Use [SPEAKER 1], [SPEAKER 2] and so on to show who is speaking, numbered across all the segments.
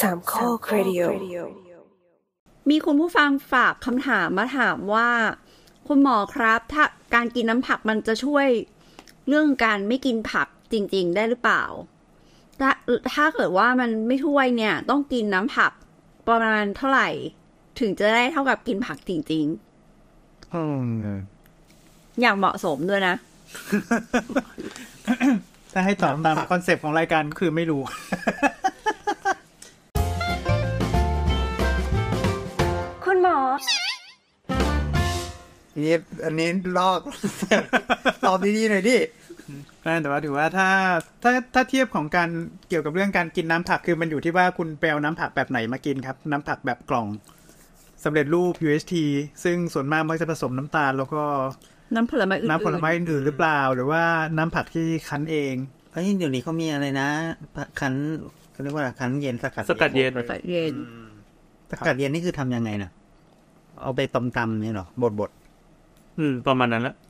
[SPEAKER 1] สามข้อครดิโอ
[SPEAKER 2] มีคุณผู้ฟังฝากคำถามมาถามว่า คุณหมอครับ ถ้าการกินน้ำผักมันจะช่วยเรื่องการไม่กินผักจริง ๆ ได้หรือเปล่าถ้าถ้าเกิดว่ามันไม่ช่วยเนี่ย ต้องกินน้ำผักประมาณเท่าไหร่ ถึงจะได้เท่ากับกินผักจริง
[SPEAKER 3] Oh no.
[SPEAKER 2] ๆ อย่างเหมาะสมด้วยนะ
[SPEAKER 4] ถ้าให้ตอบตามคอนเซปต์ของรายการก็คือไม่รู้
[SPEAKER 1] คุณหมอ
[SPEAKER 5] นี่อันนี้ลอก ตอบดีๆหน่อยดิ
[SPEAKER 4] แต่ว่าถือว่าถ้าถ้าถ้าเทียบของการเกี่ยวกับเรื่องการกินน้ำผักคือมันอยู่ที่ว่าคุณไปเอาน้ำผักแบบไหนมากินครับ น้ำผักแบบกล่องสำเร็จรูป UHT ซึ่งส่วนมากมักจะผสมน้ำตาล แล้วก็
[SPEAKER 2] น้ำผลไม้อื่นๆ
[SPEAKER 4] น้ำผลไม้อื่นๆหรือเปล่า หรือว่าน้ำผักที่คั้นเอง
[SPEAKER 5] เฮ้ยเดี๋ยวนี้เขามีอะไรนะคันเขาเรียกว่าอะไรคันเย็นสกัด
[SPEAKER 6] สกัดเย็น
[SPEAKER 2] ใส่เย็น
[SPEAKER 5] สกัดเย็นนี่คือทำยังไงนะเอาไปตำๆเนี่ยเหรอบดบด
[SPEAKER 6] อืมประมาณนั้นละ
[SPEAKER 5] ๆ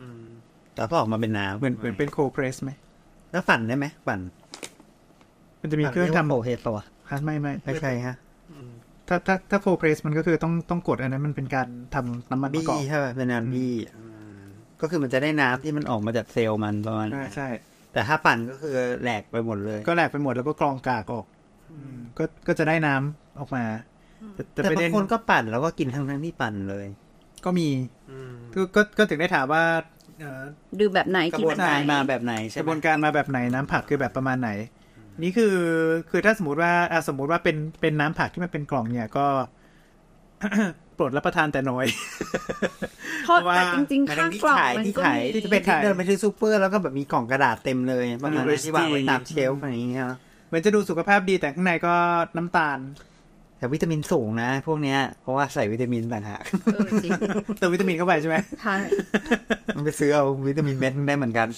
[SPEAKER 5] แต่ก็ออกมาเป็นน้
[SPEAKER 4] เหมือนเหมือนเป็นโคเพรสไหม
[SPEAKER 5] ำแล้วฝันได้ไหมฝัน
[SPEAKER 4] มันจะมีเครื่องทำ
[SPEAKER 5] โอเฮสวะ
[SPEAKER 4] ฮะไม่ไม่
[SPEAKER 5] ไม่ใช่ฮะ
[SPEAKER 4] ถ้าถ้าถ้าโคเพรสมันก็คือต้องต้องกดอันนั้นมันเป็นการทำน้ำมันมะ
[SPEAKER 5] บี้
[SPEAKER 4] กอก
[SPEAKER 5] ใช่ป่ะเป็นน้ำบี้ก็คือมันจะได้น้ำที่มันออกมาจากเซลล์มันประมาณ
[SPEAKER 4] ใช่ใช่
[SPEAKER 5] แต่ถ้าปั่นก็คือแหลกไปหมดเลย
[SPEAKER 4] ก็แหลกไปหมดแล้วก็กรองกากออกก็ก็จะได้น้ำออกมา แต่แต่
[SPEAKER 5] แต่
[SPEAKER 4] ประ
[SPEAKER 5] บา
[SPEAKER 4] เด็น
[SPEAKER 5] งคนก็ปั่นแล้วก็กินทั้งทั้งๆที่ปั่นเลย
[SPEAKER 4] ก็มีก็ก็ก็ถึงได้ถามว่าเอ่อ
[SPEAKER 2] ดูแบบไหน
[SPEAKER 5] กระ
[SPEAKER 2] กิน
[SPEAKER 5] บว
[SPEAKER 2] แบบ
[SPEAKER 5] น
[SPEAKER 2] ไหน
[SPEAKER 5] การมาแบบไหนใช่
[SPEAKER 4] กระ
[SPEAKER 5] ไหม
[SPEAKER 4] บวนการมาแบบไหนน้ำผักคือแบบประมาณไหน นี่คือคือถ้าสมมติว่าอ่ะสมมติว่าเป็นเป็นน้ำผักที่มันเป็นกล่องเนี่ยก็ โปรดรับประทานแต่น้อย
[SPEAKER 2] เพราะ
[SPEAKER 4] ว่า
[SPEAKER 2] แต่จริง
[SPEAKER 5] หมาย
[SPEAKER 2] ๆข้าง
[SPEAKER 5] ถึงที่
[SPEAKER 2] กล่อง
[SPEAKER 5] ขาย
[SPEAKER 2] มัน
[SPEAKER 5] ที่
[SPEAKER 2] ก็
[SPEAKER 5] ขาย
[SPEAKER 2] มี
[SPEAKER 5] ที่เป็นที่เดินไปที่ซูเปอร์แล้วก็แบบมีกล่องกระดาษเต็มเลยประมาณนั้นที่วางไว้ตามเชลฟ์อะไรอย่างเงี้ย
[SPEAKER 4] เหมือนจะดูสุขภาพดีแต่ข้างในก็น้ำตาล
[SPEAKER 5] แต่วิตามินสูงนะ พวกเนี้ยเพราะว่าใส่วิตามินต่างหาก
[SPEAKER 2] เออจริง
[SPEAKER 4] เติมวิตามินเข้าไปใช่ไหม
[SPEAKER 2] ใช่
[SPEAKER 5] มันไปซื้อเอาวิตามินเม็ดได้เหมือนกัน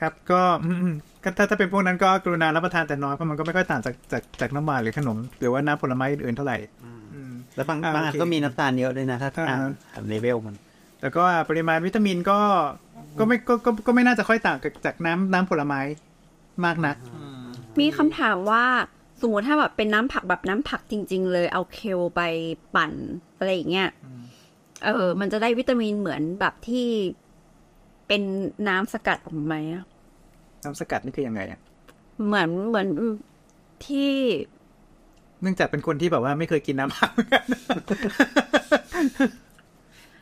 [SPEAKER 4] ครับ ก็ อืมก็ถ้าถ้าเป็นพวกนั้นก็กรุณารับประทานแต่น้อยเพราะมันก็ไม่ค่อยต่างจากจากจากน้ำหวานหรือขนม หรือว่าน้ำผลไม้อื่นๆเท่าไหร่อืม
[SPEAKER 5] แล้วบาง
[SPEAKER 4] อ่า
[SPEAKER 5] บางอัน
[SPEAKER 4] โอเค
[SPEAKER 5] ก็มีน้ำตาลเยอะด้วยนะ ถ้า
[SPEAKER 4] อ่า
[SPEAKER 5] อ่านเลเวลมัน
[SPEAKER 4] แต่ก็ปริมาณวิตามินก็ก็ไม่ก็ก็ก็ไม่น่าจะค่อยต่างจากจากน้ำน้ำผลไม้มากนัก
[SPEAKER 2] มีคำถามว่าสมมติถ้าแบบเป็นน้ำผักแบบน้ำผักจริง ๆ เลยเอาเคลไปปั่นอะไรอย่างเงี้ยเออ มันจะได้วิตามินเหมือนแบบที่เป็นน้ำสกัดออกมาไหมอะ
[SPEAKER 4] น้ำสกัดนี่คือยังไงอะ
[SPEAKER 2] เหมือนเหมือนที่
[SPEAKER 4] เนื่องจากเป็นคนที่แบบว่าไม่เคยกินน้ำผั กเหมือนกัน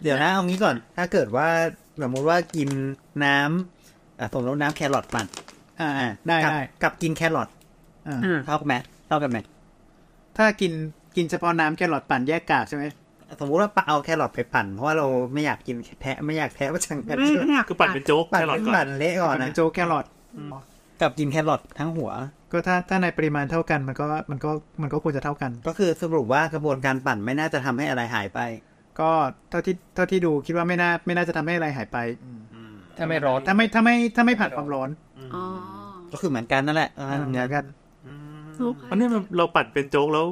[SPEAKER 5] เดี๋ยวนะเอางี้ก่อน ถ้าเกิดว่าสมมติว่ากินน้ำอ่ะสมมติว่าน้ำแครอทปั่น
[SPEAKER 4] อ่าได้
[SPEAKER 5] กับ
[SPEAKER 4] ได้
[SPEAKER 5] กับกินแครอท
[SPEAKER 4] อ่า
[SPEAKER 2] อ่ะ
[SPEAKER 5] เท่ากันไหมเท่ากันไหม
[SPEAKER 4] ถ้ากินกินเฉพาะน้ำแครอทปั่นแยกกากใช่ไหม
[SPEAKER 5] สมมติว่าเอาแครอทไปปั่นเพราะว่าเราไม่อยากกินแพะไม่อยากแพะว่าจังแพะ
[SPEAKER 6] คือปั่นเป็นโจ๊ก
[SPEAKER 5] ปั่น
[SPEAKER 6] แค่หลอด
[SPEAKER 5] เป็น
[SPEAKER 6] ก่อน
[SPEAKER 5] ปั่นเละก่อน
[SPEAKER 4] เป็
[SPEAKER 5] นะ
[SPEAKER 4] นโจกแครอท
[SPEAKER 5] กับกินแครอททั้งหัว
[SPEAKER 4] ก็ถ้าถ้าในปริมาณเท่ากันมันก็มันก็มันก็ควรจะเท่ากัน
[SPEAKER 5] ก็คือสรุปว่ากระบวนการปั่นไม่น่าจะทำให้อะไรหายไป
[SPEAKER 4] ก็เท่าที่เท่าที่ดูคิดว่าไม่น่าไม่น่าจะทำให้อะไรหายไป
[SPEAKER 7] ถ้าไม่ร้อน
[SPEAKER 4] ถ้าไม่ถ้าไม่ถ้าไม่ผ่านความร้อน
[SPEAKER 2] อ๋อ
[SPEAKER 5] ก็คือเหมือนกันนั่นแหละเอา
[SPEAKER 4] เหมื
[SPEAKER 5] งั้
[SPEAKER 4] อนนกัน
[SPEAKER 6] อันนี้มันเราปั่นเป็นโจ๊กแล้ว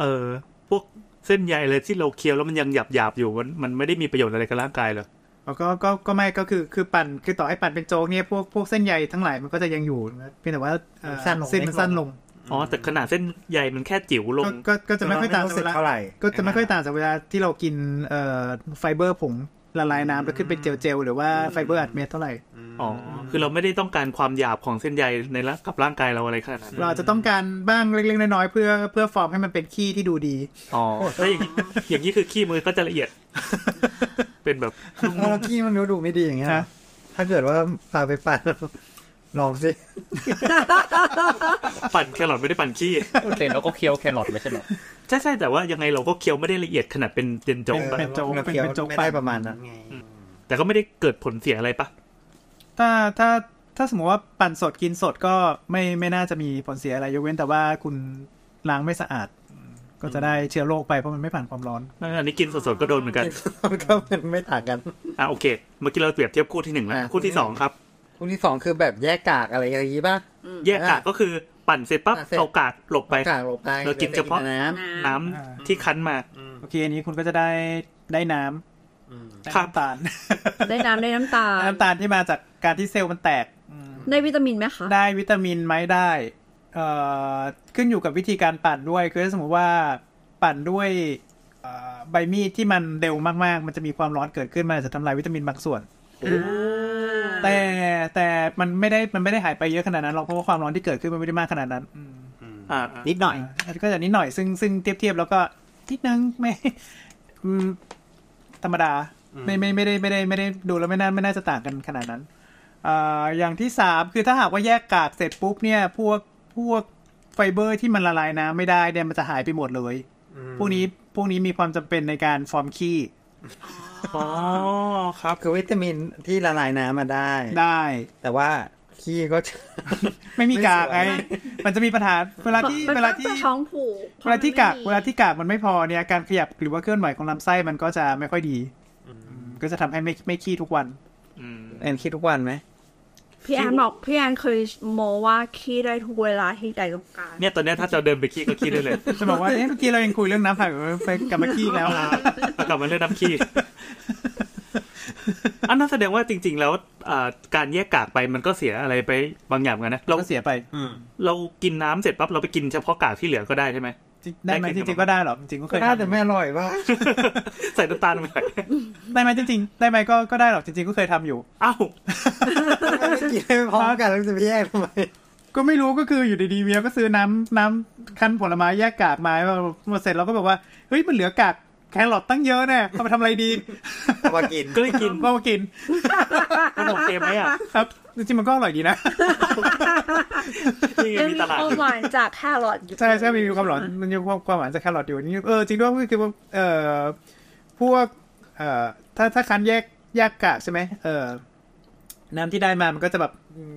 [SPEAKER 6] เออพวกเส้นใยอะไรที่เราเคี้ยวแล้วมันยังหยาบหยาบๆอยู่มันมันไม่ได้มีประโยชน์อะไรกับร่างกายเหรอ
[SPEAKER 4] แล้วก็ก็ก็ไม่ก็คือคือปั่นคือต่อให้ปั่นเป็นโจกเนี่ยพวกพวกเส้นใยทั้งหลายมันก็จะยังอยู่เพียงแต่ว่าเอ่อ
[SPEAKER 5] สั้นลง
[SPEAKER 4] เส้นมันสั้นลง
[SPEAKER 6] อ๋อแต่ขนาดเส้นใยมันแค่จิ๋วลง
[SPEAKER 4] ก็ก็ก็จะไม่ค่อยต่างจากเวลา ก็จะไม่ค่อยต่างจากเวลาที่เรากินเอ่อไฟเบอร์ผงละลายน้ำแล้วขึ้นเป็นเจลเจลๆหรือว่าไฟเบอร์อัดเม็ดเท่าไหร่
[SPEAKER 6] อ๋อ คือเราไม่ได้ต้องการความหยาบของเส้นใยในร่างกับร่างกายเราอะไรขนาดนั้น
[SPEAKER 4] เราอาจจะต้องการบ้างเล็กๆ น้อยๆเพื่อเพื่อฟอร์มให้มันเป็นขี้ที่ดูดี
[SPEAKER 6] อ๋อถ้าอย่างนี้อย่างนี้คือขี้มือก็จะละเอียด เป็นแบบ
[SPEAKER 5] เราขี้มันดูไม่ดีอย่างเงี้ย
[SPEAKER 4] ฮะ
[SPEAKER 5] ถ้าเกิดว่าพาไปปั่นลองสิ
[SPEAKER 6] ปั่นแครอทไม่ได้ปั่นขี้
[SPEAKER 7] เสร็จแล้วก็เคี้ยวแครอทไม่ใช่เหรอ
[SPEAKER 6] ใช่ใช่แต่ว่ายังไงเราก็เคี้ยวไม่ได้ละเอียดขนาดเป็นเจนโจ๊กปะ
[SPEAKER 4] เป็นโจ๊ก
[SPEAKER 5] เรา
[SPEAKER 4] เป็น
[SPEAKER 5] เคี้ยว
[SPEAKER 4] เป็นโจ๊ก
[SPEAKER 5] ไป
[SPEAKER 4] ไป
[SPEAKER 5] ประมาณนั้นไง
[SPEAKER 6] แต่ก็ไม่ได้เกิดผลเสียอะไรปะ
[SPEAKER 4] ถ้าถ้าถ้าสมมติว่าปั่นสดกินสดก็ไม่ไม่น่าจะมีผลเสียอะไรยกเว้นแต่ว่าคุณล้างไม่สะอาด ก็จะได้เชื้อโรคไปเพราะมันไม่ผ่านความร้อน
[SPEAKER 6] นั่นอันนี้กินสดๆก็โดนเหมือนกัน
[SPEAKER 5] มันก็มันไม่ต่างกัน
[SPEAKER 6] อ่ะโอเคเมื่อกี้เราเปรียบเทียบคู่ที่หนึ่งแล้ว
[SPEAKER 5] อ่ะ
[SPEAKER 6] คู่ที่สองครับ
[SPEAKER 5] คู่ที่สองคือแบบแยกกากอะไรอย่างงี้ป่ะ
[SPEAKER 6] แยกกากก็คือปั่นเสร็จปั๊บ
[SPEAKER 5] อ่ะเสร็จ
[SPEAKER 6] เอากากหลบไป
[SPEAKER 5] กากลงไป
[SPEAKER 6] เรากินเฉพาะ
[SPEAKER 5] น้ำ
[SPEAKER 2] น้
[SPEAKER 6] น้ำที่คั้นมา
[SPEAKER 4] โอเค อันนี้คุณก็จะได้ได้น้ำได้
[SPEAKER 6] ครับ
[SPEAKER 4] น้ำตาล
[SPEAKER 2] ำได้น้ำได้น้ำตาล
[SPEAKER 4] น้ำตาลที่มาจากการที่เซลล์มันแตก
[SPEAKER 2] ได้วิตามินไหมคะ
[SPEAKER 4] ได้วิตามินไหมได้ เอ่อขึ้นอยู่กับวิธีการปั่นด้วย คือถ้าสมมติว่าปั่นด้วยเอ่อใบมีดที่มันเร็วมากๆ มันจะมีความร้อนเกิดขึ้นมันอาจจะทำลายวิตามินบางส่วน แต่แต่มันไม่ได้มันไม่ได้หายไปเยอะขนาดนั้นหรอกเพราะว่าความร้อนที่เกิดขึ้นมันไม่ได้มากขนาดนั้นอืม
[SPEAKER 6] อ่า
[SPEAKER 5] นิดหน่อย
[SPEAKER 4] อ่าก็จะนิดหน่อยซึ่งซึ่งเทียบเทียบแล้วก็นิดนึง ไม่อืมธรรมดา ไม่ไม่ไม่ได้ไม่ได้ไม่ได้ดูแล้วไม่น่าไม่น่าจะต่างกันขนาดนั้นอ่าอย่างที่สามคือถ้าหากว่าแยกกากเสร็จปุ๊บเนี่ยพวกพวกไฟเบอร์ที่มันละลายน้ำไม่ได้เนี่ยมันจะหายไปหมดเลย พวกนี้พวกนี้มีความจำเป็นในการฟอร์มขี้
[SPEAKER 6] อ๋อครับ
[SPEAKER 5] คือวิตามินที่ละลายน้ำมาได้
[SPEAKER 4] ได้
[SPEAKER 5] แต่ว่าขี้ก็ จะ
[SPEAKER 4] ไม่มีกากไง
[SPEAKER 5] ไม่สวย
[SPEAKER 4] มันจะมีปัญหาเวลาที่
[SPEAKER 2] มัน
[SPEAKER 4] เวลาที่
[SPEAKER 2] จะท้องผูก
[SPEAKER 4] เวลาที่กาก
[SPEAKER 2] พ
[SPEAKER 4] เว
[SPEAKER 2] ระมันไม่มี
[SPEAKER 4] ลาที่กากมันไม่พอเนี่ยการขยับหรือว่าเคลื่อนไหวของลำไส้มันก็จะไม่ค่อยดีก็จะทำให้ไม่ไม่ขี้ทุกวัน
[SPEAKER 6] อืม
[SPEAKER 5] แอนคิดทุกวันไหม
[SPEAKER 2] พี่แอนบอกพี่แอนเคยโมว่าขี้ได้ทุกเวลาที่ใจต้องการ
[SPEAKER 6] เนี่ยตอนเนี้ยถ้าจะเดินไปขี้ก็ ขี้ได้เลย
[SPEAKER 4] จะบอกว่า เอ๊ะเมื่อกี้เรายังคุยเรื่องน้ำผักไปกลับมาขี้แล้ว
[SPEAKER 6] แล้วกลับมาเรื่องน้ำขี้อันนั้นแสดงว่าจริง ๆ แล้วอ่าการแยกกากไปมันก็เสียอะไรไปบางอย่างเหมือนกันนะ
[SPEAKER 4] เรา
[SPEAKER 6] เรา
[SPEAKER 4] ก็เสียไป
[SPEAKER 6] เรากินน้ำเสร็จปั๊บเราไปกินเฉพาะกากที่เหลือก็ได้ใช่ไหม
[SPEAKER 4] ได้ไหม
[SPEAKER 6] ได้
[SPEAKER 4] จ
[SPEAKER 6] กิน
[SPEAKER 4] ริงๆก็ได้หรอจริงๆก็เค
[SPEAKER 5] ก็
[SPEAKER 4] ย
[SPEAKER 5] ได้
[SPEAKER 4] ทำ
[SPEAKER 5] แต่ไม่อร่อยว่า
[SPEAKER 6] ใส่น้ำตาลลงไป
[SPEAKER 4] ได้ไหมจริงๆได้ไหมก็ก็ได้หรอกจริงๆก็เคยทำอยู่
[SPEAKER 6] อ้าว
[SPEAKER 5] ไม่กินให้พร้อมกันแล้วจะไปแยกทำไม
[SPEAKER 4] ก็ไม่รู้ก็คืออยู่ดีๆเมียก็ซื้อน้ำน้ำคั้นผลไม้แยกกากมามาเสร็จเราก็บอกว่าเฮ้ยมันเหลือกากแครอทตั้งเยอะแน่เอาไปทำอะไรดี
[SPEAKER 5] เอามากิน
[SPEAKER 6] ก็เลยกิน
[SPEAKER 4] ก็มากิน
[SPEAKER 6] ขนมเต็มไหมอ่ะ
[SPEAKER 4] ครับจริงๆมันก็อร่อยดีนะ
[SPEAKER 6] นี่ไงมีตลาด
[SPEAKER 2] เอ
[SPEAKER 6] อ
[SPEAKER 2] ม
[SPEAKER 6] ยู่
[SPEAKER 2] หวานจากแครอทอยู่
[SPEAKER 4] ใช่ใช่มันมีความหลอนมันมีความความหวานจากแครอทอยู่นี่เออจริงด้วยก็คือว่าเอ่อพวกเอ่อถ้าถ้าคั้นแยกแยกกากใช่ไหมเออน้ำที่ได้มามันก็จะแบบ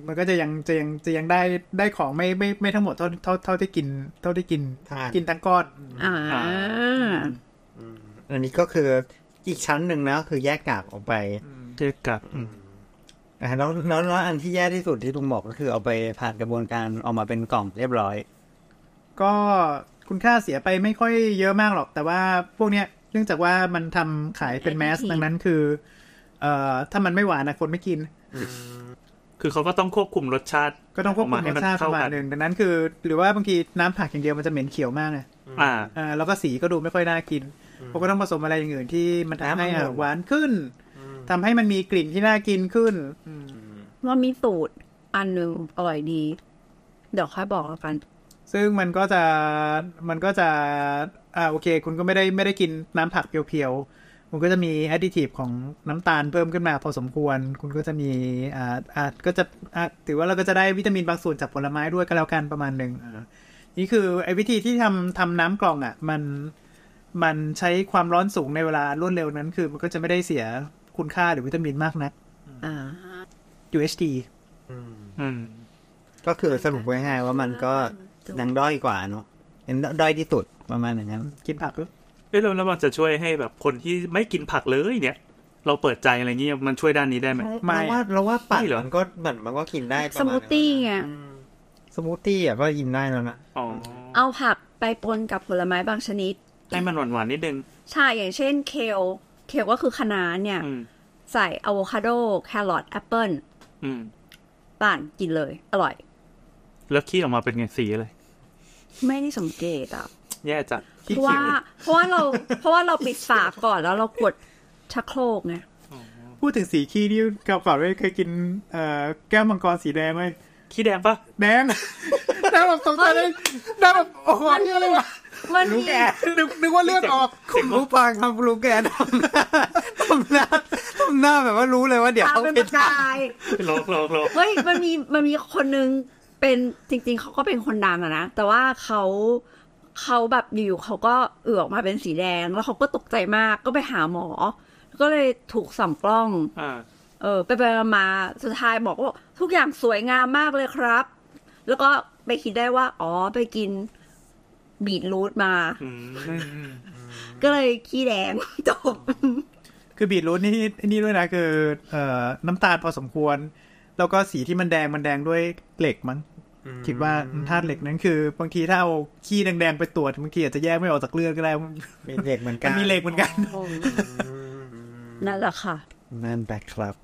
[SPEAKER 4] มันก็จะยังจะยังจะยังได้ได้ของไม่ไม่ไม่ทั้งหมดเท่าเท่าเท่าที่กินเท่าที่กิน
[SPEAKER 5] ทาน
[SPEAKER 4] กินทั้งก้อน
[SPEAKER 2] อ่า
[SPEAKER 5] อันนี้ก็คืออีกชั้นหนึ่งนะคือแยกกากออกไป
[SPEAKER 6] เจอกับอืม
[SPEAKER 5] อ่ะแล้วแล้วแล้วอันที่แย่ที่สุดที่ลุงบอกก็คือเอาไปผ่านกระบวนการออกมาเป็นกล่องเรียบร้อย
[SPEAKER 4] ก็คุณค่าเสียไปไม่ค่อยเยอะมากหรอก แต่ว่าพวกเนี้ยเนื่องจากว่ามันทำขายเป็นแมสดังนั้นคือเอ่อถ้ามันไม่หวานนะคนไม่กิน
[SPEAKER 6] คือเขาก็ต้องควบคุมรสชาติ
[SPEAKER 4] ก็ต้องควบคุมรสชาติประมาณหนึ่งดังนั้นคือ หรือว่าบางทีน้ำผักอย่างเดียวมันจะเหม็นเขียวมากไง
[SPEAKER 6] อ่า
[SPEAKER 4] อ่าแล้วก็สีก็ดูไม่ค่อยน่ากินเราก็ต้องผสมอะไรอย่างอื่นที่มันทำให้
[SPEAKER 5] น้ำมัน
[SPEAKER 4] อ่ะ
[SPEAKER 5] หวาน
[SPEAKER 4] หวานขึ้นทำให้มันมีกลิ่นที่น่ากินขึ้น
[SPEAKER 2] ว่ามีสูตรอันหนึ่งอร่อยดี เดี๋ยวค่อยบอกแล้วกัน
[SPEAKER 4] ซึ่งมันก็จะมันก็จะอ่าโอเค คุณก็ไม่ได้ไม่ได้กินน้ำผักเพียวๆคุณก็จะมีแอดดิทีฟของน้ำตาลเพิ่มขึ้นมาพอสมควร คุณก็จะมีอ่าอ่าก็จะอ่าถือว่าเราก็จะได้วิตามินบางส่วนจากผลไม้ด้วยก็แล้วกันประมาณหนึ่งอ่านี่คือไอ้วิธีที่ทำทำน้ำกล่องอ่ะมันมันใช้ความร้อนสูงในเวลารวดเร็วนั้น คือมันก็จะไม่ได้เสียคุณค่าหรือวิตามินมากนัก
[SPEAKER 2] อ่า
[SPEAKER 4] UHT
[SPEAKER 6] อืม
[SPEAKER 5] ก็คือสรุปไว้ง่ายๆว่ามันก็ยังด้อยกว่าเนาะเป็นด้อยที่สุดประมาณอย่างนั้น
[SPEAKER 4] กินผักหรือ
[SPEAKER 6] เอ้ยแล้วแล้วมันจะช่วยให้แบบคนที่ไม่กินผักเลยเนี่ย เราเปิดใจอะไรเงี้ยมันช่วยด้านนี้ได้ไหม
[SPEAKER 5] เราว่าเราว่าปั่น
[SPEAKER 6] ไม่เหรอ
[SPEAKER 5] มันก็เหมือนมันก็กินได้ประาณ
[SPEAKER 2] สมูทตี้ไง
[SPEAKER 5] สมูทตี้อ่ะก็กินได้แล้วนะ
[SPEAKER 6] อ๋อ
[SPEAKER 2] เอาผักไปปนกับผลไม้บางชนิด
[SPEAKER 6] ให้มันหวานๆนิดนึง
[SPEAKER 2] ใช่ อย่างเช่นเคล เคลก็คือคะน้าเนี่ย
[SPEAKER 6] อืม
[SPEAKER 2] ใส่อะโวคาโด แครอท แอปเปิ้ล
[SPEAKER 6] อืม
[SPEAKER 2] ปั่นกินเลย อร่อย
[SPEAKER 6] แล้วขี้ออกมาเป็นไงสีอะไร
[SPEAKER 2] ไม่ได้สังเกตอ่ะ
[SPEAKER 6] แย่จัด
[SPEAKER 2] เพราะว่า เพราะว่าเรา เพราะว่าเราปิดฝาก่อนแล้วเรากดชักโครกไง
[SPEAKER 4] พูดถึงสีขี้นี่กับก่อนเลยเคยกินเอ่อแก้วมังกรสีแดงไหม
[SPEAKER 6] ขี้แดงปะ
[SPEAKER 4] แดง แดงแบบสงสัยเลยแดงแบบโอ้โหนี่อะไรวะ
[SPEAKER 2] มันมี
[SPEAKER 4] นึกนึกว่าเลือดออก
[SPEAKER 5] คุณรู้ปังครับรู้ แกทำหน้าทำหน้าทำหน้าแบบว่ารู้เลยว่าเดี๋ยว
[SPEAKER 2] ตา
[SPEAKER 5] เขา
[SPEAKER 2] เป็น
[SPEAKER 5] ไป
[SPEAKER 2] ประกาย
[SPEAKER 6] โลกโลกโลก
[SPEAKER 2] เฮ้ยมันมีมันมีคนนึงเป็นจริง ๆเขาก็เป็นคนดังอะนะ แต่ว่าเขาเขาแบบอยู่ๆเขาก็เอือออกมาเป็นสีแดง แล้วเขาก็ตกใจมากก็ไปหาหมอ ก็เลยถูกส่องกล้อง
[SPEAKER 6] อ่า
[SPEAKER 2] เออไปไปมาๆสุดท้ายหมอก็บอกทุกอย่างสวยงามมากเลยครับ แล้วก็ไปคิดได้ว่า อ๋อไปกินบีทรูทมา
[SPEAKER 6] อื ม
[SPEAKER 2] ก็เลยขี้แดง จบ
[SPEAKER 4] คือบีทรูทนี่นี่ด้วยนะคือเอ่อน้ำตาลพอสมควร แล้วก็สีที่มันแดงมันแดงด้วยเหล็กมั้งคิดว่าธาตุเหล็กนั้นคือ บางทีถ้าเอาขี้แดงๆไปตรวจบางทีอาจจะแยกไม่ออกจากเลือดก็ได้มัน
[SPEAKER 5] มีเหล็กเหมือนกัน
[SPEAKER 4] มีเหล็กเหมือนกัน
[SPEAKER 2] นั่นแหละค่ะ
[SPEAKER 5] นั่นแหละครับ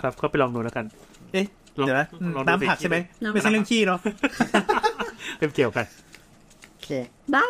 [SPEAKER 6] ครับก็ไปลองดูแล้วกัน
[SPEAKER 4] เอ๊ะ
[SPEAKER 6] ลอง
[SPEAKER 4] เดี๋ยวนะ
[SPEAKER 6] ลอง
[SPEAKER 4] น้ำผัก
[SPEAKER 6] สี
[SPEAKER 4] ใช่ไหม
[SPEAKER 2] น้ำผัก
[SPEAKER 4] ไม่ใช่เรื่องขี้เนาะ
[SPEAKER 8] เล่มเกี่ยวกัน
[SPEAKER 4] โอเค
[SPEAKER 2] ได้